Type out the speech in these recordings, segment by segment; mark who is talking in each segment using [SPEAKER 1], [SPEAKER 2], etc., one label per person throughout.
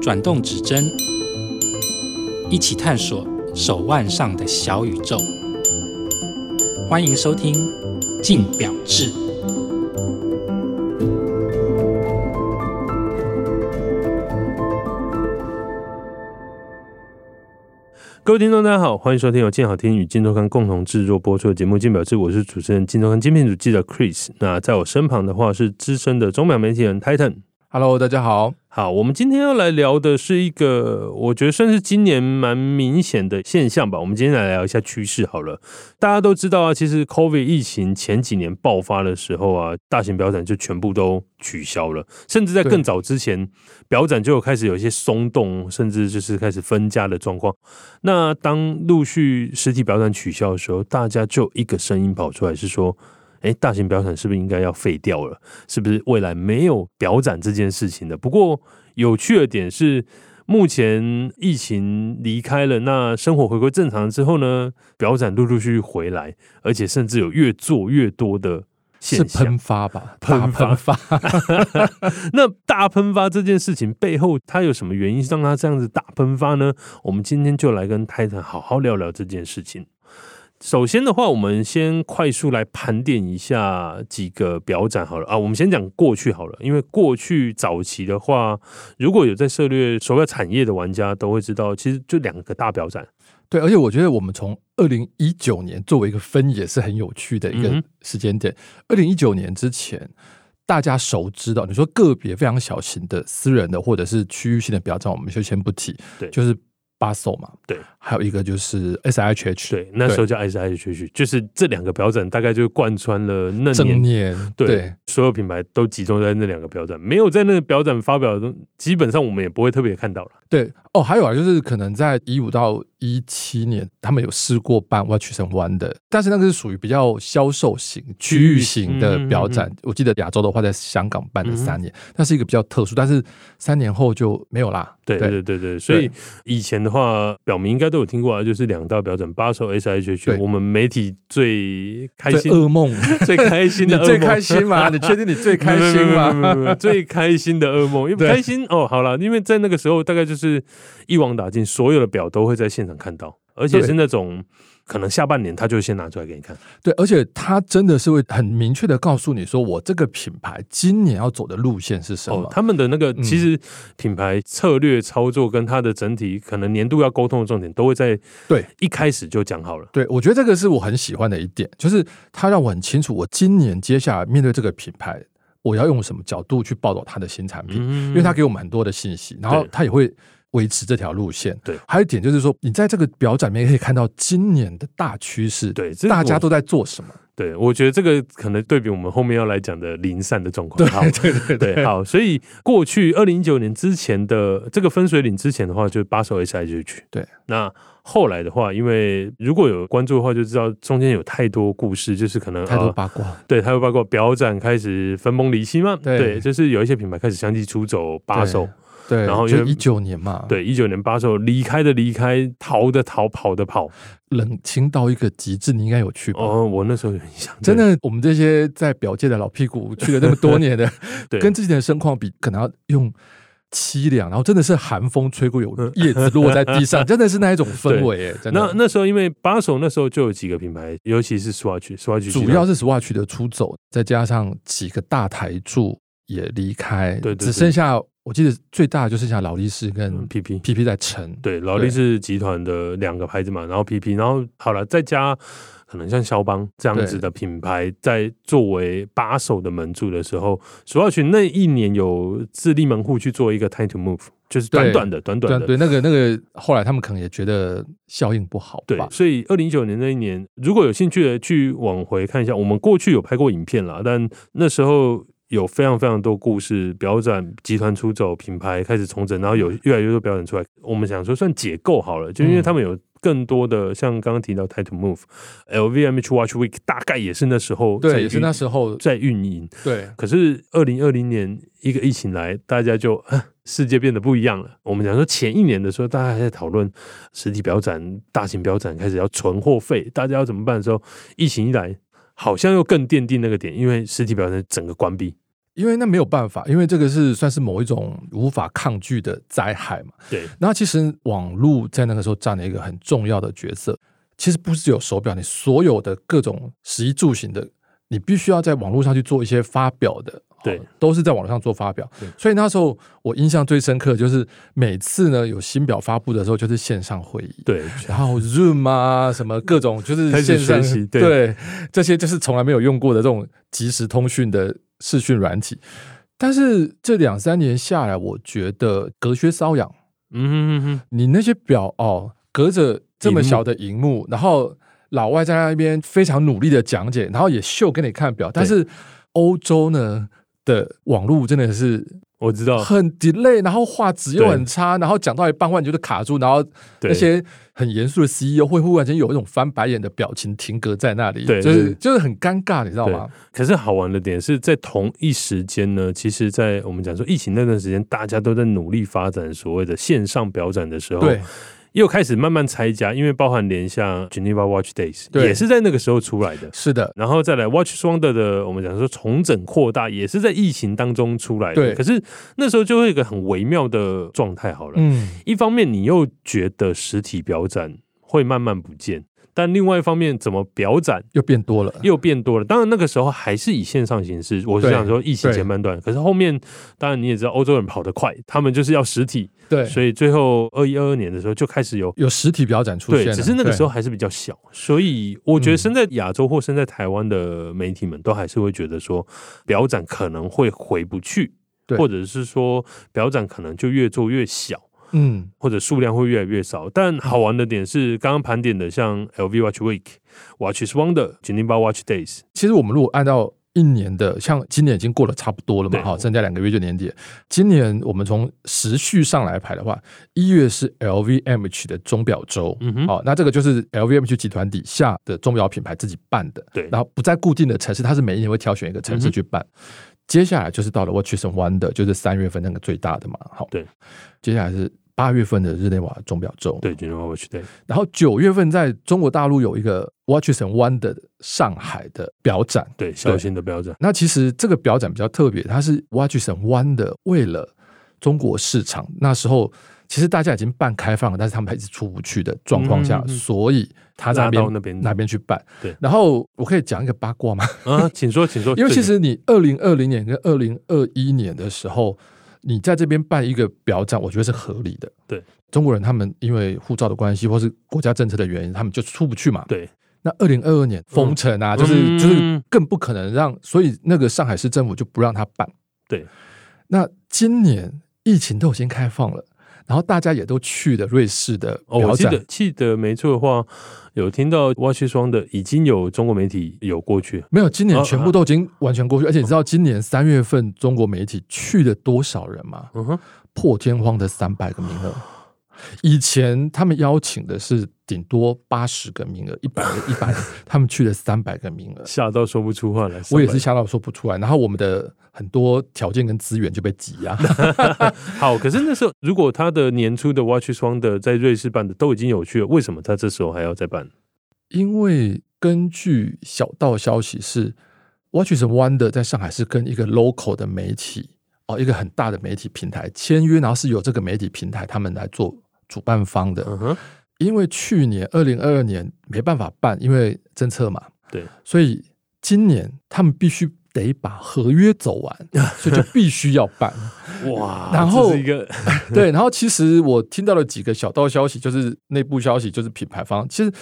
[SPEAKER 1] 转动指针，一起探索手腕上的小宇宙。欢迎收听《静表志》。
[SPEAKER 2] 各位听众，大家好，欢迎收听由静好听与静周刊共同制作播出的节目《静表志》，我是主持人静周刊精品组记者 Chris。那在我身旁的话是资深的钟表媒体人 Titan。
[SPEAKER 3] Hello，大家好。
[SPEAKER 2] 好，我们今天要来聊的是一个，我觉得算是今年蛮明显的现象吧。我们今天来聊一下趋势好了。大家都知道啊，其实 COVID 疫情前几年爆发的时候啊，大型表展就全部都取消了，甚至在
[SPEAKER 3] 对
[SPEAKER 2] 更早之前，表展就有开始有一些松动，甚至就是开始分家的状况。那当陆续实体表展取消的时候，大家就一个声音跑出来是说。哎，大型表展是不是应该要废掉了？是不是未来没有表展这件事情的？不过有趣的点是，目前疫情离开了，那生活回归正常之后呢，表展陆陆续续回来，而且甚至有越做越多的
[SPEAKER 3] 是
[SPEAKER 2] 现象
[SPEAKER 3] 喷。发吧？
[SPEAKER 2] 喷发
[SPEAKER 3] 大喷发。
[SPEAKER 2] 那大喷发这件事情背后，它有什么原因让它这样子大喷发呢？我们今天就来跟泰坦好好聊聊这件事情。首先的话，我们先快速来盘点一下几个表展好了啊。我们先讲过去好了，因为过去早期的话，如果有在涉猎手表产业的玩家都会知道，其实就两个大表展。
[SPEAKER 3] 对，而且我觉得我们从二零一九年作为一个分野是很有趣的一
[SPEAKER 2] 嗯
[SPEAKER 3] 个
[SPEAKER 2] 哼
[SPEAKER 3] 时间点。二零一九年之前，大家熟知的，你说个别非常小型的私人的或者是区域性的表彰，我们就先不提。
[SPEAKER 2] 对
[SPEAKER 3] 就是巴手嘛。
[SPEAKER 2] 对，
[SPEAKER 3] 还有一个就是 SIHH。
[SPEAKER 2] 对，那时候叫 S H H，就是这两个表展大概就贯穿了那
[SPEAKER 3] 正
[SPEAKER 2] 年
[SPEAKER 3] 念
[SPEAKER 2] 对所有品牌都集中在那两个表展，没有在那个表展发表的东，基本上我们也不会特别看到了。
[SPEAKER 3] 对哦，还有啊，就是可能在一五到一七年，他们有试过办 Watch 神湾的，但是那个是属于比较销售型、区域型的
[SPEAKER 2] 嗯
[SPEAKER 3] 表展。我记得亚洲的话，在香港办了三年，那是一个比较特殊，但是三年后就没有啦。
[SPEAKER 2] 对对对对，所以以前的话，表明应该都有听过啊，就是两大表展，八首 S H
[SPEAKER 3] 对
[SPEAKER 2] H，我们媒体最开
[SPEAKER 3] 最
[SPEAKER 2] 心、
[SPEAKER 3] 噩梦，
[SPEAKER 2] 最开心
[SPEAKER 3] 你
[SPEAKER 2] 的噩梦，
[SPEAKER 3] 最开心吗？你确定你最开 心
[SPEAKER 2] 没有？没有没有没有没有
[SPEAKER 3] 吗？
[SPEAKER 2] 最开心的噩梦，因为
[SPEAKER 3] 对
[SPEAKER 2] 开心哦，好了，因为在那个时候大概就是一网打尽，所有的表都会在现场看到，而且
[SPEAKER 3] 对
[SPEAKER 2] 是那种可能下半年他就先拿出来给你看。
[SPEAKER 3] 对，而且他真的是会很明确的告诉你说，我这个品牌今年要走的路线是什么。
[SPEAKER 2] 哦，他们的那个
[SPEAKER 3] 嗯
[SPEAKER 2] 其实品牌策略操作跟它的整体可能年度要沟通的重点，都会在
[SPEAKER 3] 对
[SPEAKER 2] 一开始就讲好了。
[SPEAKER 3] 对，我觉得这个是我很喜欢的一点，就是它让我很清楚，我今年接下来面对这个品牌，我要用什么角度去报道它的新产品，
[SPEAKER 2] 嗯，
[SPEAKER 3] 因为它给我们很多的信息，然后
[SPEAKER 2] 对
[SPEAKER 3] 它也会维持这条路线。
[SPEAKER 2] 对
[SPEAKER 3] 还有一点就是说，你在这个表展里面可以看到今年的大趋势，
[SPEAKER 2] 对这个
[SPEAKER 3] 大家
[SPEAKER 2] 我
[SPEAKER 3] 都在做什么。
[SPEAKER 2] 对，我觉得这个可能对比我们后面要来讲的零散的状况。好，
[SPEAKER 3] 对对
[SPEAKER 2] 对，好，所以过去二零一九年之前的这个分水岭之前的话，就是八首 S I G 曲。
[SPEAKER 3] 对，
[SPEAKER 2] 那后来的话，因为如果有关注的话，就知道中间有太多故事，就是可能
[SPEAKER 3] 太
[SPEAKER 2] 呃
[SPEAKER 3] 多八卦。
[SPEAKER 2] 对，它又包括表展开始分崩离析嘛，
[SPEAKER 3] 对
[SPEAKER 2] 就是有一些品牌开始相继出走八
[SPEAKER 3] 对
[SPEAKER 2] 手，
[SPEAKER 3] 对，
[SPEAKER 2] 然后因
[SPEAKER 3] 就
[SPEAKER 2] 为
[SPEAKER 3] 一九年嘛，，
[SPEAKER 2] 对，一九年八时候离开的离开，逃的逃，跑的跑。
[SPEAKER 3] 冷清到一个极致，你应该有去吧？
[SPEAKER 2] 哦，我那时候有印象，
[SPEAKER 3] 真的，我们这些在表界的老屁股，去了那么多年的，
[SPEAKER 2] 对
[SPEAKER 3] 跟之前的盛况比，可能要用凄凉，然后真的是寒风吹过，有叶子落在地上，真的是那一种氛围、哎，
[SPEAKER 2] 对。
[SPEAKER 3] 真
[SPEAKER 2] 那
[SPEAKER 3] 的。
[SPEAKER 2] 那时候因为八手那时候就有几个品牌，尤其是 Swatch，Swatch
[SPEAKER 3] 主要是 Swatch 的出走，再加上几个大台柱也离开，
[SPEAKER 2] 对对对
[SPEAKER 3] 只剩下我记得最大的就剩下劳力士
[SPEAKER 2] 嗯
[SPEAKER 3] 跟
[SPEAKER 2] PP。
[SPEAKER 3] PP 在撑。
[SPEAKER 2] 对，劳力士集团的两个牌子嘛，然后 PP，然后好了，再加可能像肖邦这样子的品牌，在作为八手的门柱的时候，索要群那一年有自立门户去做一个 time to move，就是短
[SPEAKER 3] 对
[SPEAKER 2] 短的、短短
[SPEAKER 3] 对
[SPEAKER 2] 的，
[SPEAKER 3] 对，那个那个，后来他们可能也觉得效应不好
[SPEAKER 2] 对
[SPEAKER 3] 吧，？
[SPEAKER 2] 所以二零一九年那一年，如果有兴趣的去往回看一下，我们过去有拍过影片啦，但那时候有非常非常多故事，表展集团出走，品牌开始重整，然后有越来越多表展出来。我们想说算解构好了，就因为
[SPEAKER 3] 嗯
[SPEAKER 2] 他们有更多的像刚刚提到 Title Move、LVMH Watch Week，大概也是那时候在
[SPEAKER 3] 对，也是
[SPEAKER 2] 运
[SPEAKER 3] 那时候，
[SPEAKER 2] 在运营。
[SPEAKER 3] 对，
[SPEAKER 2] 可是二零二零年一个疫情来，大家就啊世界变得不一样了。我们讲说前一年的时候，大家还在讨论实体表展、大型表展开始要存货费，大家要怎么办的时候，疫情一来，好像又更奠定那个点，因为实体表展整个关闭。
[SPEAKER 3] 因为那没有办法，因为这个是算是某一种无法抗拒的灾害嘛。
[SPEAKER 2] 对，
[SPEAKER 3] 那其实网络在那个时候占了一个很重要的角色。其实不是只有手表，你所有的各种食衣住行的，你必须要在网络上去做一些发表的，
[SPEAKER 2] 对
[SPEAKER 3] 哦都是在网络上做发表
[SPEAKER 2] 对。
[SPEAKER 3] 所以那时候我印象最深刻的就是每次呢有新表发布的时候，就是线上会议。
[SPEAKER 2] 对，
[SPEAKER 3] 然后 Zoom 啊，什么 各种就是
[SPEAKER 2] 开始
[SPEAKER 3] 线上
[SPEAKER 2] 学习对
[SPEAKER 3] 这些就是从来没有用过的这种即时通讯的视讯软体。但是这两三年下来，我觉得隔靴搔痒，
[SPEAKER 2] 嗯哼哼哼，
[SPEAKER 3] 你那些表哦，隔着这么小的荧幕，然后老外在那边非常努力的讲解，然后也秀给你看表，但是欧洲呢？的网络真的是
[SPEAKER 2] 我知道，
[SPEAKER 3] 很 delay，然后画质又
[SPEAKER 2] 呃对
[SPEAKER 3] 很差，然后讲到一半话你就是卡住，然后
[SPEAKER 2] 对
[SPEAKER 3] 那些很严肃的 CEO 会忽然间有一种翻白眼的表情停格在那里，
[SPEAKER 2] 对
[SPEAKER 3] 就是
[SPEAKER 2] 对
[SPEAKER 3] 就是很尴尬，你知道吗？
[SPEAKER 2] 可是好玩的点是在同一时间呢，其实，在我们讲说疫情那段时间，大家都在努力发展所谓的线上表展的时候，
[SPEAKER 3] 对，
[SPEAKER 2] 又开始慢慢拆家，因为包含连像 Geneva Watch Days
[SPEAKER 3] 对
[SPEAKER 2] 也是在那个时候出来的。
[SPEAKER 3] 是的，
[SPEAKER 2] 然后再来 Watch Wonder 的，我们讲说重整扩大，也是在疫情当中出来的。
[SPEAKER 3] 对
[SPEAKER 2] 可是那时候就会有一个很微妙的状态。好了，
[SPEAKER 3] 嗯，
[SPEAKER 2] 一方面你又觉得实体表展会慢慢不见，但另外一方面怎么表展
[SPEAKER 3] 又变多了，
[SPEAKER 2] 又变多了。当然那个时候还是以线上形式，我是
[SPEAKER 3] 啊对
[SPEAKER 2] 想说疫情前半段，可是后面当然你也知道欧洲人跑得快，他们就是要实体，
[SPEAKER 3] 对，
[SPEAKER 2] 所以最后二一二二年的时候就开始有。
[SPEAKER 3] 有实体表展出
[SPEAKER 2] 对
[SPEAKER 3] 现，了，
[SPEAKER 2] 只是那个时
[SPEAKER 3] 对
[SPEAKER 2] 候还是比较小，所以我觉得
[SPEAKER 3] 嗯
[SPEAKER 2] 身在亚洲或身在台湾的媒体们都还是会觉得说，表展可能会回不去，
[SPEAKER 3] 对
[SPEAKER 2] 或者是说表展可能就越做越小。
[SPEAKER 3] 嗯，
[SPEAKER 2] 或者数量会越来越少。但好玩的点是，刚刚盘点的像 LV Watch Week、Watch is Wonder、Geneva Watch Days，
[SPEAKER 3] 其实我们如果按照一年的，像今年已经过了差不多了嘛，
[SPEAKER 2] 对
[SPEAKER 3] 哈，剩下两个月就年底了。今年我们从时序上来排的话，一月是 LVMH 的钟表周，
[SPEAKER 2] 嗯哼
[SPEAKER 3] 好、那这个就是 LVMH 集团底下的钟表品牌自己办的，
[SPEAKER 2] 对嗯
[SPEAKER 3] 然后不在固定的城市，它是每一年会挑选一个城市去办。接下来就是到了 Watches and Wonder，就是三月份那个最大的嘛，好，
[SPEAKER 2] 对，
[SPEAKER 3] 接下来是八月份的日内瓦钟表周，
[SPEAKER 2] 对 Geneva Watch Days，
[SPEAKER 3] 然后九月份在中国大陆有一个 Watches and Wonder 的上海的表展，
[SPEAKER 2] 对小型的标准，
[SPEAKER 3] 那其实这个表展比较特别，它是 Watches and Wonder 为了中国市场，那时候其实大家已经半开放了，但是他们还是出不去的状况下，
[SPEAKER 2] 嗯嗯嗯
[SPEAKER 3] 所以他在那边
[SPEAKER 2] 拉到那边
[SPEAKER 3] 去办。
[SPEAKER 2] 对
[SPEAKER 3] 然后我可以讲一个八卦吗？
[SPEAKER 2] 啊，请说，请说，
[SPEAKER 3] 因为其
[SPEAKER 2] 对
[SPEAKER 3] 实你二零二零年跟二零二一年的时候，你在这边办一个表展，我觉得是合理的。
[SPEAKER 2] 对，
[SPEAKER 3] 中国人他们因为护照的关系，或是国家政策的原因，他们就出不去嘛。
[SPEAKER 2] 对
[SPEAKER 3] 那二零二二年封城啊，
[SPEAKER 2] 嗯
[SPEAKER 3] 就是就是
[SPEAKER 2] 嗯
[SPEAKER 3] 更不可能让，所以那个上海市政府就不让他办。
[SPEAKER 2] 对，
[SPEAKER 3] 那今年疫情都已经开放了，然后大家也都去了瑞士的
[SPEAKER 2] 哦，我
[SPEAKER 3] 表
[SPEAKER 2] 记
[SPEAKER 3] 展，
[SPEAKER 2] 得记得没错的话，有听到 Watch is Wonder 已经有中国媒体有过去，
[SPEAKER 3] 没有，今年
[SPEAKER 2] 哦
[SPEAKER 3] 全部都已经完全过去，而且你知道今年三月份中国媒体去了多少人吗？
[SPEAKER 2] 嗯哼，
[SPEAKER 3] 破天荒的三百个名 额。以前他们邀请的是顶多八十个名额，一百个一百，他们去了三百个名额。
[SPEAKER 2] 吓到说不出话来，
[SPEAKER 3] 我也是吓到说不出来，然后我们的很多条件跟资源就被挤压。
[SPEAKER 2] 好，可是那时候如果他的年初的 Watch is Wonder 在瑞士办的都已经有去了，为什么他这时候还要再办？
[SPEAKER 3] 因为根据小道消息是，Watches and Wonder 在上海是跟一个 local 的媒体哦，一个很大的媒体平台签约，然后是由这个媒体平台他们来做主办方的。
[SPEAKER 2] 嗯哼，
[SPEAKER 3] 因为去年二零二二年没办法办，因为政策嘛，
[SPEAKER 2] 对，
[SPEAKER 3] 所以今年他们必须得把合约走 完，所以就必须要办。
[SPEAKER 2] 哇，
[SPEAKER 3] 然后
[SPEAKER 2] 这是一个
[SPEAKER 3] 对，然后其实我听到了几个小道消息，就是内部消息，就是品牌方，其实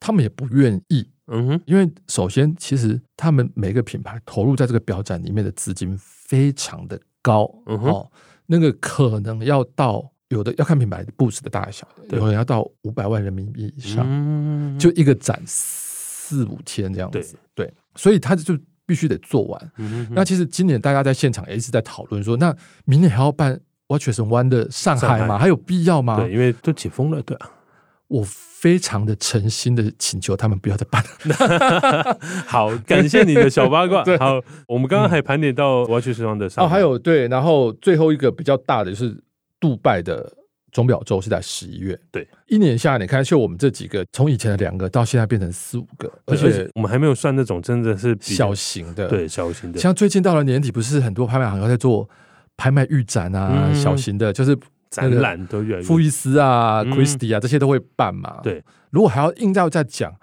[SPEAKER 3] 他们也不愿意，
[SPEAKER 2] 嗯哼，
[SPEAKER 3] 因为首先，其实他们每个品牌投入在这个表展里面的资金非常的高，
[SPEAKER 2] 嗯哼
[SPEAKER 3] 哦，那个可能要到有的要看品牌布置的大小，
[SPEAKER 2] 对
[SPEAKER 3] 有人要到五百万人民币以上，
[SPEAKER 2] 嗯，
[SPEAKER 3] 就一个展四五天这样子，对所以他就必须得做完。
[SPEAKER 2] 嗯哼
[SPEAKER 3] 那其实今年大家在现场也一直在讨论说，那明年还要办 Watches and Wonder 上海
[SPEAKER 2] 上
[SPEAKER 3] 吗？
[SPEAKER 2] 海
[SPEAKER 3] 还有必要吗？
[SPEAKER 2] 对，因为都解封了，对 啊。
[SPEAKER 3] 我非常的诚心的请求他们不要再 办了。
[SPEAKER 2] 好，感谢你的小八卦
[SPEAKER 3] 对。
[SPEAKER 2] 好，我们刚刚还盘点到我要去时装的上
[SPEAKER 3] 哦，
[SPEAKER 2] 海
[SPEAKER 3] 还有对，然后最后一个比较大的就是杜拜的钟表周是在十一月，
[SPEAKER 2] 对，
[SPEAKER 3] 一年下来，你看，就我们这几个，从以前的两个到现在变成四五个，而
[SPEAKER 2] 而
[SPEAKER 3] 且
[SPEAKER 2] 且我们还没有算那种真的是比
[SPEAKER 3] 小型的，
[SPEAKER 2] 对小型的，
[SPEAKER 3] 像最近到了年底，不是很多拍卖行要在做拍卖预展啊，
[SPEAKER 2] 嗯
[SPEAKER 3] 小型的，就是
[SPEAKER 2] 展览都越来
[SPEAKER 3] 富
[SPEAKER 2] 越
[SPEAKER 3] 艺斯啊、
[SPEAKER 2] 嗯
[SPEAKER 3] Christie 啊这些都会办嘛。
[SPEAKER 2] 对，
[SPEAKER 3] 如果还要硬要再讲，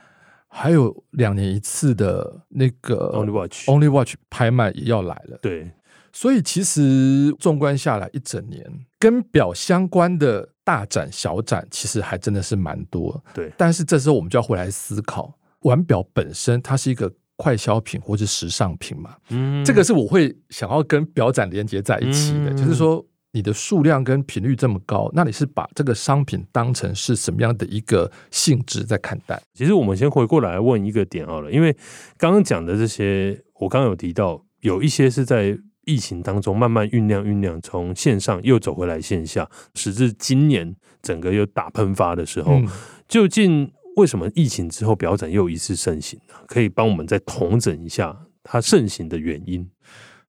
[SPEAKER 3] 还有两年一次的那个
[SPEAKER 2] 呃 Only Watch，
[SPEAKER 3] Only Watch 拍卖也要来了。
[SPEAKER 2] 对，
[SPEAKER 3] 所以其实纵观下来一整年，跟表相关的大展小展，其实还真的是蛮多。
[SPEAKER 2] 对
[SPEAKER 3] 但是这时候我们就要回来思考，腕表本身它是一个快消品或是时尚品嘛，
[SPEAKER 2] 嗯
[SPEAKER 3] 这个是我会想要跟表展连接在一起的，
[SPEAKER 2] 嗯
[SPEAKER 3] 就是说你的数量跟频率这么高，那你是把这个商品当成是什么样的一个性质在看待？
[SPEAKER 2] 其实我们先回过来问一个点好了，因为刚刚讲的这些，我刚刚有提到，有一些是在疫情当中慢慢酝酿酝酿，从线上又走回来线下，使至今年整个又大喷发的时候，
[SPEAKER 3] 嗯，
[SPEAKER 2] 究竟为什么疫情之后表展又一次盛行呢？可以帮我们再统整一下它盛行的原因。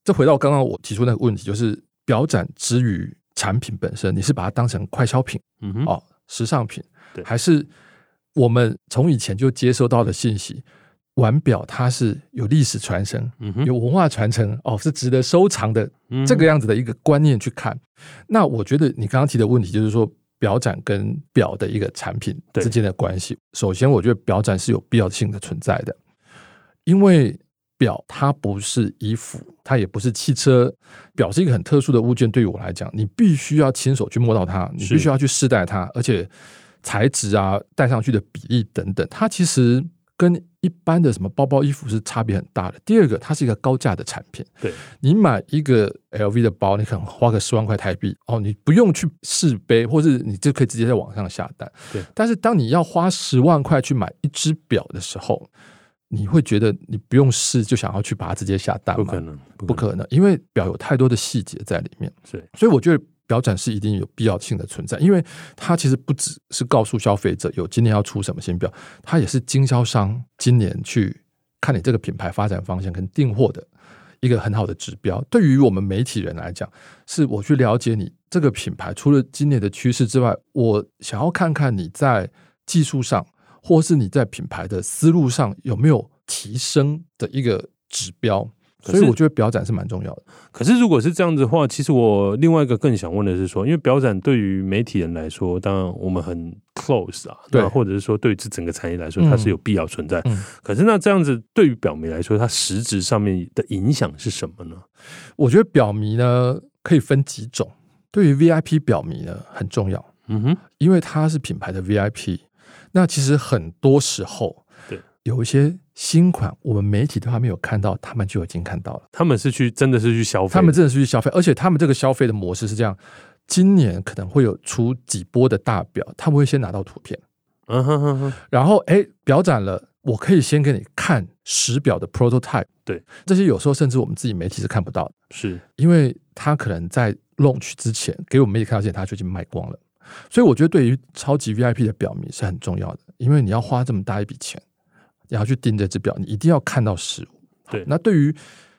[SPEAKER 3] 这回到刚刚我提出那个问题，就是表展之于产品本身，你是把它当成快消品
[SPEAKER 2] 嗯哼，
[SPEAKER 3] 哦，时尚品，
[SPEAKER 2] 对
[SPEAKER 3] 还是我们从以前就接收到的信息？腕表它是有历史传承、
[SPEAKER 2] 嗯哼，
[SPEAKER 3] 有文化传承哦，是值得收藏的
[SPEAKER 2] 嗯
[SPEAKER 3] 这个样子的一个观念去看。那我觉得你刚刚提的问题就是说，表展跟表的一个产品
[SPEAKER 2] 对
[SPEAKER 3] 之间的关系。首先，我觉得表展是有必要性的存在的，因为表它不是衣服，它也不是汽车，表是一个很特殊的物件。对于我来讲，你必须要亲手去摸到它，你
[SPEAKER 2] 是
[SPEAKER 3] 必须要去试戴它，而且材质啊、戴上去的比例等等，它其实。跟一般的什么包包、衣服是差别很大的。第二个，它是一个高价的产品，
[SPEAKER 2] 对，
[SPEAKER 3] 你买一个 LV 的包，你可能花个十万块台币哦，你不用去试背，或是你就可以直接在网上下单。
[SPEAKER 2] 对
[SPEAKER 3] 但是当你要花十万块去买一只表的时候，你会觉得你不用试就想要去把它直接下单
[SPEAKER 2] 不
[SPEAKER 3] 吗？
[SPEAKER 2] 可，能，
[SPEAKER 3] 不可能，因为表有太多的细节在里面。
[SPEAKER 2] 是，
[SPEAKER 3] 所以我觉得表展是一定有必要性的存在，因为它其实不只是告诉消费者有今年要出什么新表，它也是经销商今年去看你这个品牌发展方向跟订货的一个很好的指标。对于我们媒体人来讲，是我去了解你这个品牌除了今年的趋势之外，我想要看看你在技术上，或是你在品牌的思路上有没有提升的一个指标。
[SPEAKER 2] 可
[SPEAKER 3] 所
[SPEAKER 2] 是
[SPEAKER 3] 以我觉得表展是蛮重要的。
[SPEAKER 2] 可是如果是这样子的话，其实我另外一个更想问的是说，因为表展对于媒体人来说，当然我们很 close 啊，
[SPEAKER 3] 对
[SPEAKER 2] 那或者是说对于这整个产业来说，
[SPEAKER 3] 嗯
[SPEAKER 2] 它是有必要存在。
[SPEAKER 3] 嗯
[SPEAKER 2] 可是那这样子对于表迷来说，它实质上面的影响是什么呢？
[SPEAKER 3] 我觉得表迷呢可以分几种。对于 VIP 表迷呢很重要，
[SPEAKER 2] 嗯哼，
[SPEAKER 3] 因为它是品牌的 VIP。那其实很多时候，
[SPEAKER 2] 对
[SPEAKER 3] 有一些新款，我们媒体都还没有看到，他们就已经看到了。
[SPEAKER 2] 他们是去真的是去消费，
[SPEAKER 3] 他们真的是去消费，而且他们这个消费的模式是这样：今年可能会有出几波的大表，他们会先拿到图片，
[SPEAKER 2] 嗯哼哼哼，
[SPEAKER 3] 然后哎表展了，我可以先给你看实表的 prototype。
[SPEAKER 2] 对，
[SPEAKER 3] 这些有时候甚至我们自己媒体是看不到的。
[SPEAKER 2] 是
[SPEAKER 3] 因为他可能在 launch 之前给我们媒体看到之前，他就已经卖光了。所以我觉得对于超级 VIP 的表迷是很重要的，因为你要花这么大一笔钱，然后去订这只表，你一定要看到实物。
[SPEAKER 2] 对
[SPEAKER 3] 那对于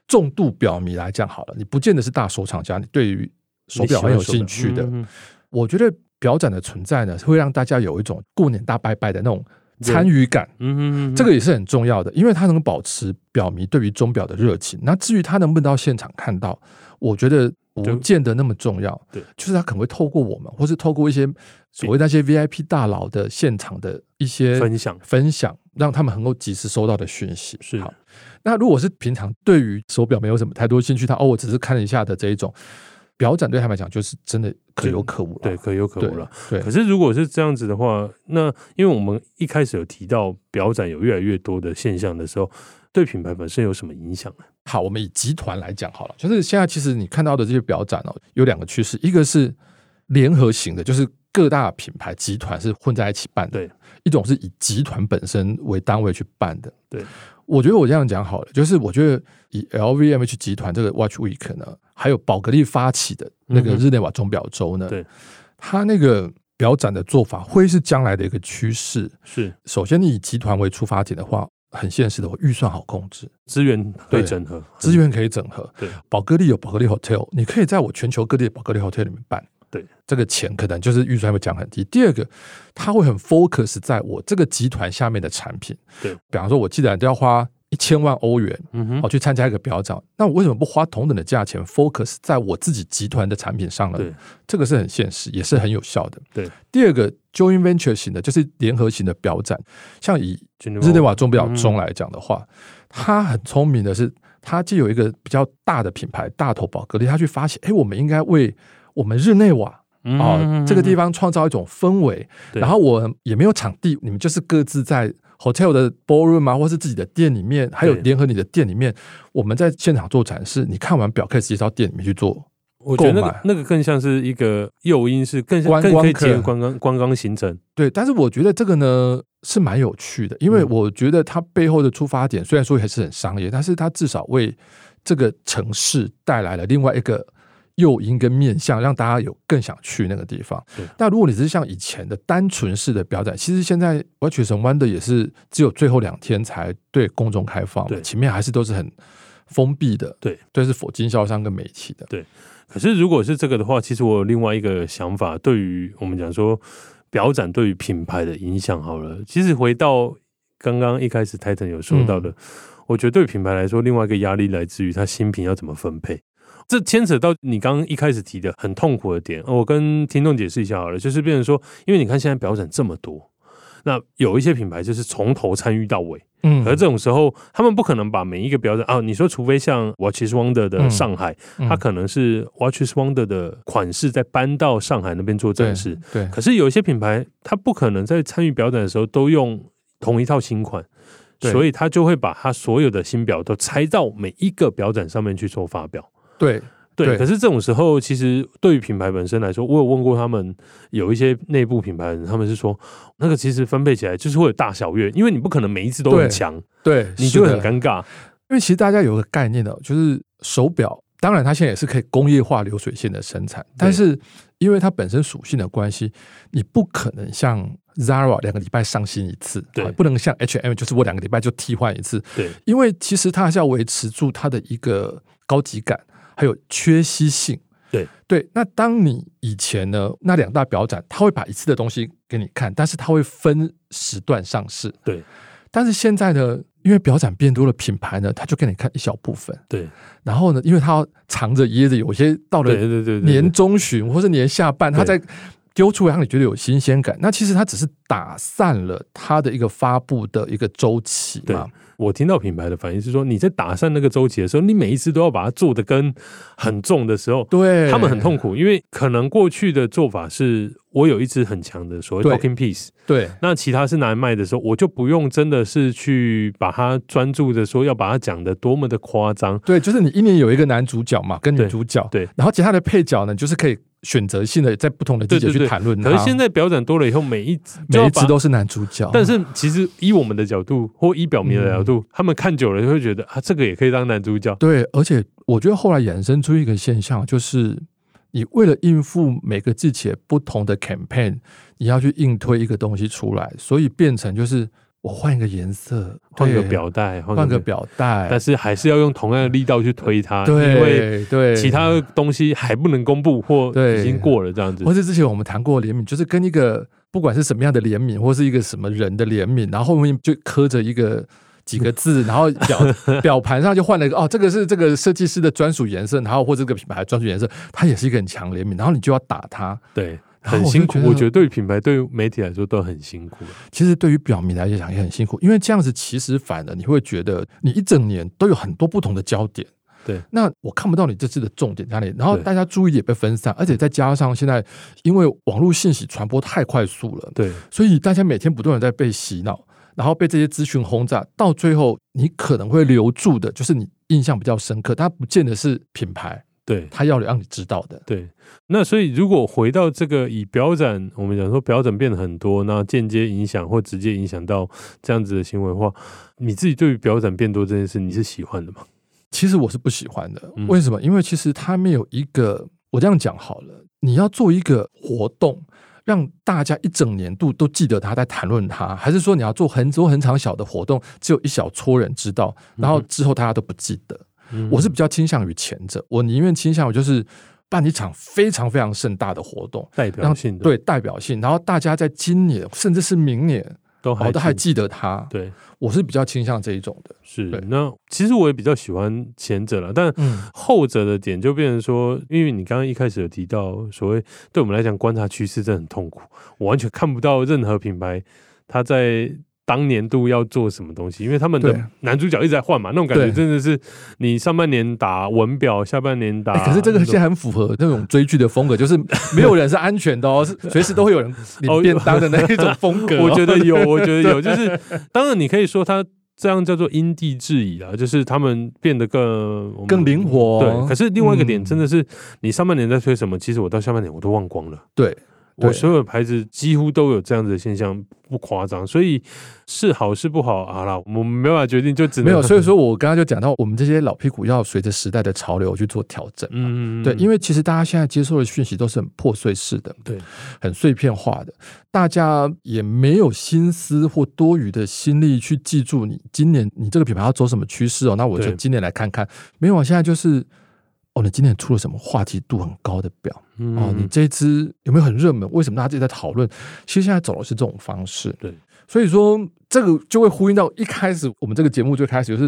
[SPEAKER 3] 重度表迷来讲，好了，你不见得是大收藏家，你对于手表很有兴趣的，
[SPEAKER 2] 嗯
[SPEAKER 3] 我觉得表展的存在呢，会让大家有一种过年大拜拜的那种参与感。
[SPEAKER 2] 嗯哼，
[SPEAKER 3] 这个也是很重要的，因为它能保持表迷对于钟表的热情。那至于它能不能到现场看到，我觉得不见得那么重要。
[SPEAKER 2] 对
[SPEAKER 3] 就是它可能会透过我们，或是透过一些所谓那些 VIP 大佬的现场的一些
[SPEAKER 2] 分享
[SPEAKER 3] 分享，让他们能够及时收到的讯息。
[SPEAKER 2] 是
[SPEAKER 3] 好，那如果是平常对于手表没有什么太多兴趣，他哦，我只是看了一下的这一种表展，对他们来讲就是真的可有可无了。
[SPEAKER 2] 对可有可
[SPEAKER 3] 对
[SPEAKER 2] 无了。
[SPEAKER 3] 对
[SPEAKER 2] 可，是如果是这样子的话，那因为我们一开始有提到表展有越来越多的现象的时候，对品牌本身有什么影响呢？
[SPEAKER 3] 好，我们以集团来讲好了，就是现在其实你看到的这些表展哦，有两个趋势，一个是联合型的，就是各大品牌集团是混在一起办的；
[SPEAKER 2] 对，
[SPEAKER 3] 一种是以集团本身为单位去办的。
[SPEAKER 2] 对，
[SPEAKER 3] 我觉得我这样讲好了，就是我觉得以 LVMH 集团这个 Watch Week 呢，还有宝格丽发起的那个
[SPEAKER 2] 嗯哼
[SPEAKER 3] 日内瓦钟表周呢，
[SPEAKER 2] 对，
[SPEAKER 3] 它那个表展的做法会是将来的一个趋势。
[SPEAKER 2] 是
[SPEAKER 3] 首先，你以集团为出发点的话，很现实的，我预算好控制。
[SPEAKER 2] 资源对
[SPEAKER 3] 对
[SPEAKER 2] 整合，
[SPEAKER 3] 资源可以整合。
[SPEAKER 2] 嗯对，
[SPEAKER 3] 宝格丽有宝格丽 Hotel，你可以在我全球各地的宝格丽 Hotel 里面办。
[SPEAKER 2] 对，
[SPEAKER 3] 这个钱可能就是预算会降很低。第二个，它会很 focus 在我这个集团下面的产品。
[SPEAKER 2] 对
[SPEAKER 3] 比方说，我既然都要花一千万欧元
[SPEAKER 2] 嗯哼
[SPEAKER 3] 哦，去参加一个表展，那我为什么不花同等的价钱 focus 在我自己集团的产品上呢？
[SPEAKER 2] 对，
[SPEAKER 3] 这个是很现实，也是很有效的。
[SPEAKER 2] 对，
[SPEAKER 3] 第二个 joint venture 型的，就是联合型的表展，像以
[SPEAKER 2] 日
[SPEAKER 3] 日内瓦钟表钟来讲的话，他很聪明的是，他既有一个比较大的品牌大头宝格丽，他去发现，哎，我们应该为我们日内瓦
[SPEAKER 2] 嗯
[SPEAKER 3] 啊、这个地
[SPEAKER 2] 方，
[SPEAKER 3] 方创造一种氛围，
[SPEAKER 2] 对
[SPEAKER 3] 然后我也没有场地，你们就是各自在 hotel 的 ballroom 啊，或是自己的店里面，还有
[SPEAKER 2] 对
[SPEAKER 3] 联合你的店里面，我们在现场做展示，你看完表可以直接到店里面去做。
[SPEAKER 2] 我觉得那个
[SPEAKER 3] 购买
[SPEAKER 2] 那个更像是一个诱因，是更像
[SPEAKER 3] 观
[SPEAKER 2] 更可以
[SPEAKER 3] 光客
[SPEAKER 2] 结合观光观光行程，
[SPEAKER 3] 对，但是我觉得这个呢是蛮有趣的，因为
[SPEAKER 2] 嗯
[SPEAKER 3] 我觉得它背后的出发点虽然说还是很商业，但是它至少为这个城市带来了另外一个诱因跟面向，让大家有更想去那个地方
[SPEAKER 2] 对。
[SPEAKER 3] 那如果你只是像以前的单纯式的表展，其实现在 w a t c h e 湾的也是只有最后两天才对公众开放嘛，
[SPEAKER 2] 对
[SPEAKER 3] 前面还是都是很封闭的，
[SPEAKER 2] 对，
[SPEAKER 3] 都是否经销商跟媒体的。
[SPEAKER 2] 可是如果是这个的话，其实我有另外一个想法，对于我们讲说表展对于品牌的影响好了。其实回到刚刚一开始 Titan 有说
[SPEAKER 3] 嗯
[SPEAKER 2] 到的，我觉得对品牌来说，另外一个压力来自于它新品要怎么分配。这牵扯到你刚刚一开始提的很痛苦的点，呃我跟听众解释一下好了，就是变成说，因为你看现在表展这么多，那有一些品牌就是从头参与到尾，
[SPEAKER 3] 嗯
[SPEAKER 2] 可是这种时候，他们不可能把每一个标准啊，你说除非像 Watches Wonder 的
[SPEAKER 3] 嗯
[SPEAKER 2] 上海，
[SPEAKER 3] 嗯
[SPEAKER 2] 它可能是 Watches Wonder 的款式再搬到上海那边做展示。
[SPEAKER 3] 对
[SPEAKER 2] 可是有一些品牌，它不可能在参与表展的时候都用同一套新款，
[SPEAKER 3] 对
[SPEAKER 2] 所以它就会把它所有的新表都拆到每一个表展上面去做发表。
[SPEAKER 3] 对
[SPEAKER 2] 对，
[SPEAKER 3] 对
[SPEAKER 2] 可是这种时候，其实对于品牌本身来说，我有问过他们，有一些内部品牌人，他们是说，那个其实分配起来就是会有大小月，因为你不可能每一次都
[SPEAKER 3] 对
[SPEAKER 2] 很强，
[SPEAKER 3] 对，
[SPEAKER 2] 你
[SPEAKER 3] 是
[SPEAKER 2] 就会
[SPEAKER 3] 的
[SPEAKER 2] 很尴尬。
[SPEAKER 3] 因为其实大家有个概念的，哦就是手表，当然它现在也是可以工业化流水线的生产，但是因为它本身属性的关系，你不可能像 Zara 两个礼拜上新一次，
[SPEAKER 2] 对
[SPEAKER 3] 啊不能像 H&M 就是我两个礼拜就替换一次，
[SPEAKER 2] 对，
[SPEAKER 3] 因为其实它还是要维持住它的一个高级感，还有缺席性。
[SPEAKER 2] 对
[SPEAKER 3] 对，那当你以前呢，那两大表展，它会把一次的东西给你看，但是它会分时段上市。
[SPEAKER 2] 对，
[SPEAKER 3] 但是现在呢，因为表展变多了，品牌呢，它就给你看一小部分。
[SPEAKER 2] 对，
[SPEAKER 3] 然后呢，因为它要藏着掖着，有些到了
[SPEAKER 2] 对对对对，对
[SPEAKER 3] 年中旬或是年下半，它
[SPEAKER 2] 对
[SPEAKER 3] 再丢出来让你觉得有新鲜感。那其实它只是打散了它的一个发布的一个周期
[SPEAKER 2] 对
[SPEAKER 3] 嘛。
[SPEAKER 2] 我听到品牌的反应是说，你在打散那个周期的时候，你每一次都要把它做的跟很重的时候，
[SPEAKER 3] 对，
[SPEAKER 2] 他们很痛苦，因为可能过去的做法是我有一支很强的所谓
[SPEAKER 3] 对
[SPEAKER 2] talking piece，
[SPEAKER 3] 对。
[SPEAKER 2] 那其他是拿来卖的时候，我就不用真的是去把它专注的说要把它讲的多么的夸张，
[SPEAKER 3] 对，就是你一年有一个男主角嘛，跟女
[SPEAKER 2] 对
[SPEAKER 3] 主角，
[SPEAKER 2] 对
[SPEAKER 3] 然后其他的配角呢，就是可以选择性的在不同的季
[SPEAKER 2] 对
[SPEAKER 3] 节
[SPEAKER 2] 对
[SPEAKER 3] 去
[SPEAKER 2] 对
[SPEAKER 3] 谈论它。
[SPEAKER 2] 可是现在表展多了以后，每一就
[SPEAKER 3] 嗯每
[SPEAKER 2] 要
[SPEAKER 3] 一
[SPEAKER 2] 把
[SPEAKER 3] 次都是男主角，
[SPEAKER 2] 但是其实以我们的角度或以表面的角
[SPEAKER 3] 嗯
[SPEAKER 2] 度，他们看久了就会觉得啊，这个也可以当男主角。
[SPEAKER 3] 对，而且我觉得后来衍生出一个现象，就是你为了应付每个季节不同的 campaign，你要去硬推一个东西出来，所以变成就是我换一个颜色，
[SPEAKER 2] 换个
[SPEAKER 3] 对，
[SPEAKER 2] 表带，换
[SPEAKER 3] 换个，表带
[SPEAKER 2] 但，是还是要用同样的力道去推它，因为
[SPEAKER 3] 哎对对，
[SPEAKER 2] 其他的东西还不能公布或
[SPEAKER 3] 对
[SPEAKER 2] 已经过了这样子
[SPEAKER 3] 或。是之前我们谈过联名，就是跟一个不管是什么样的联名，或是一个什么人的联名，然后后面就刻着一个几个 字，然后表表盘上就换了一个哦，这个是这个设计师的专属颜色，然后或者这个品牌的专属颜色，它也是一个很强联名，然后你就要打它。
[SPEAKER 2] 对，
[SPEAKER 3] 然后
[SPEAKER 2] 很
[SPEAKER 3] 我就
[SPEAKER 2] 辛苦
[SPEAKER 3] 觉，得嗯
[SPEAKER 2] 我觉得对于品牌、对于媒体来说都很辛苦。啊
[SPEAKER 3] 其实对于表迷来讲也很辛苦，因为这样子其实反而你会觉得你一整年都有很多不同的焦点。
[SPEAKER 2] 对，
[SPEAKER 3] 那我看不到你这次的重点在哪里，然后
[SPEAKER 2] 对
[SPEAKER 3] 大家注意力也被分散，而且再加上现在因为网络信息传播太快速了，
[SPEAKER 2] 对，
[SPEAKER 3] 所以大家每天不断的在被洗脑，然后被这些资讯轰炸，到最后你可能会留住的，就是你印象比较深刻，它不见得是品牌，
[SPEAKER 2] 对，
[SPEAKER 3] 它要让你知道的。
[SPEAKER 2] 对。那所以，如果回到这个以表展，我们讲说表展变得很多，那间接影响或直接影响到这样子的行为的话，你自己对于表展变多这件事，你是喜欢的吗？
[SPEAKER 3] 其实我是不喜欢的，
[SPEAKER 2] 嗯
[SPEAKER 3] 为什么？因为其实它没有一个，我这样讲好了，你要做一个活动。让大家一整年度都记得他在谈论他，还是说你要做很多很长小的活动，只有一小撮人知嗯道，然后之后大家都不记得？我是比较倾向于前者，我宁愿倾向于就是办一场非常非常盛大的活动，
[SPEAKER 2] 代表性的，，
[SPEAKER 3] 对代表性，然后大家在今年甚至是明年，
[SPEAKER 2] 都
[SPEAKER 3] 我
[SPEAKER 2] 还
[SPEAKER 3] 哦都还
[SPEAKER 2] 记
[SPEAKER 3] 记得他。
[SPEAKER 2] 对，
[SPEAKER 3] 我是比较倾向这一种的，
[SPEAKER 2] 是
[SPEAKER 3] 对。
[SPEAKER 2] 那其实我也比较喜欢前者了，但
[SPEAKER 3] 嗯，
[SPEAKER 2] 后者的点就变成说，因为你刚刚一开始有提到，所谓对我们来讲观察趋势真的很痛苦，我完全看不到任何品牌它在当年度要做什么东西，因为他们
[SPEAKER 3] 对
[SPEAKER 2] 的男主角一直在换嘛，那种感觉
[SPEAKER 3] 对
[SPEAKER 2] 真的是你上半年打文表，下半年打、
[SPEAKER 3] 哎可是这个现在
[SPEAKER 2] 在。
[SPEAKER 3] 很符合那种追剧的风格，就是没有人是安全的哦，是随时都会有人领
[SPEAKER 2] 哦
[SPEAKER 3] 便当的那一种风格哦、
[SPEAKER 2] 我觉得有，我 觉得有，就是当然你可以说它这样叫做因地制宜啊，就是他们变得更我们
[SPEAKER 3] 更灵活。
[SPEAKER 2] 对，可是另外一个点
[SPEAKER 3] 嗯
[SPEAKER 2] 真的是，你上半年在推什么，其实我到下半年我都忘光了。
[SPEAKER 3] 对对
[SPEAKER 2] 我所有的牌子几乎都有这样子的现象，不夸张。所以是好是不好，好啦，我们没办法决定，就只能
[SPEAKER 3] 没有，所以说我刚刚就讲到，我们这些老屁股要随着时代的潮流去做调整。
[SPEAKER 2] 嗯，
[SPEAKER 3] 对，因
[SPEAKER 2] 为
[SPEAKER 3] 为哦其实大家现在接受的讯息都是很破碎式的，
[SPEAKER 2] 对，
[SPEAKER 3] 很碎片化的，大家也没有心思或多余的心力去记住你今年你这个品牌要走什么趋势哦。那我就
[SPEAKER 2] 对
[SPEAKER 3] 今年来看看，没有啊，现在就是哦，你今年出了什么话题度很高的表哦？你
[SPEAKER 2] 嗯，
[SPEAKER 3] 这一支有没有很热门？为什么大家自己在讨论？其实现在走的是这种方式，
[SPEAKER 2] 对，
[SPEAKER 3] 所以说这个就会呼应到一开始我们这个节目最开始就是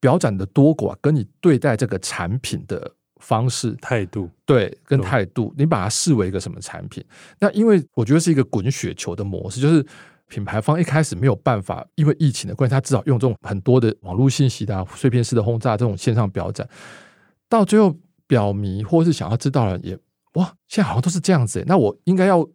[SPEAKER 3] 表展的多寡跟你对待这个产品的方式
[SPEAKER 2] 态度，
[SPEAKER 3] 对，跟
[SPEAKER 2] 懂
[SPEAKER 3] 态度，你把它视为一个什么产品？那因为我觉得是一个滚雪球的模式，就是品牌方一开始没有办法，因为疫情的关系，他至少用这种很多的网络信息的、啊、碎片式的轰炸这种线上表展，到最后表迷或是想要知道的人也哇，现在好像都是这样子欸，那我应该要。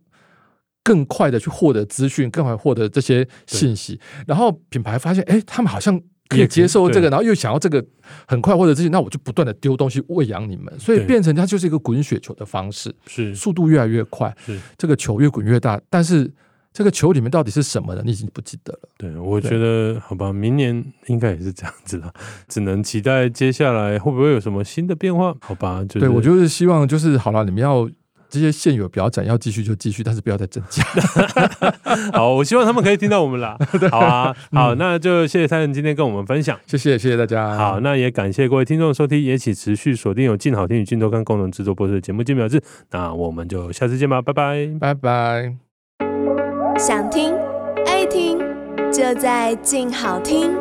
[SPEAKER 3] 更快的去获得资讯，更快地获得这些信息，然后品牌发现，哎，他们好像可
[SPEAKER 2] 也
[SPEAKER 3] 以
[SPEAKER 2] 可以
[SPEAKER 3] 接受这个，
[SPEAKER 2] 对
[SPEAKER 3] 然后又想要这个很快获得资讯，那我就不断的丢东西喂养你们，所以
[SPEAKER 2] 对
[SPEAKER 3] 变成它就是一个滚雪球的方式，
[SPEAKER 2] 是
[SPEAKER 3] 速度越来越快，
[SPEAKER 2] 是，
[SPEAKER 3] 这个球越滚越大，但是这个球里面到底是什么呢？你已经不记得了。
[SPEAKER 2] 对，我
[SPEAKER 3] 对
[SPEAKER 2] 觉得好吧，明年应该也是这样子啦， 只能期待接下来会不会有什么新的变化？好吧，就是
[SPEAKER 3] 对我就是希望就是好了，你们要这些现有表展要继续就继续，但是不要再增加。
[SPEAKER 2] 好，我希望他们可以听到我们 啦。好啊，
[SPEAKER 3] 嗯
[SPEAKER 2] 好，那就谢谢泰人今天跟我们分享。
[SPEAKER 3] 谢谢谢谢大家，
[SPEAKER 2] 好，，那也感谢各位听众的收听，也请持续锁定由静好听与静周刊共同制作播出的节目《金表志》，那我们就下次见吧，拜拜。
[SPEAKER 3] 拜拜。
[SPEAKER 4] 想听爱听，就在静好听。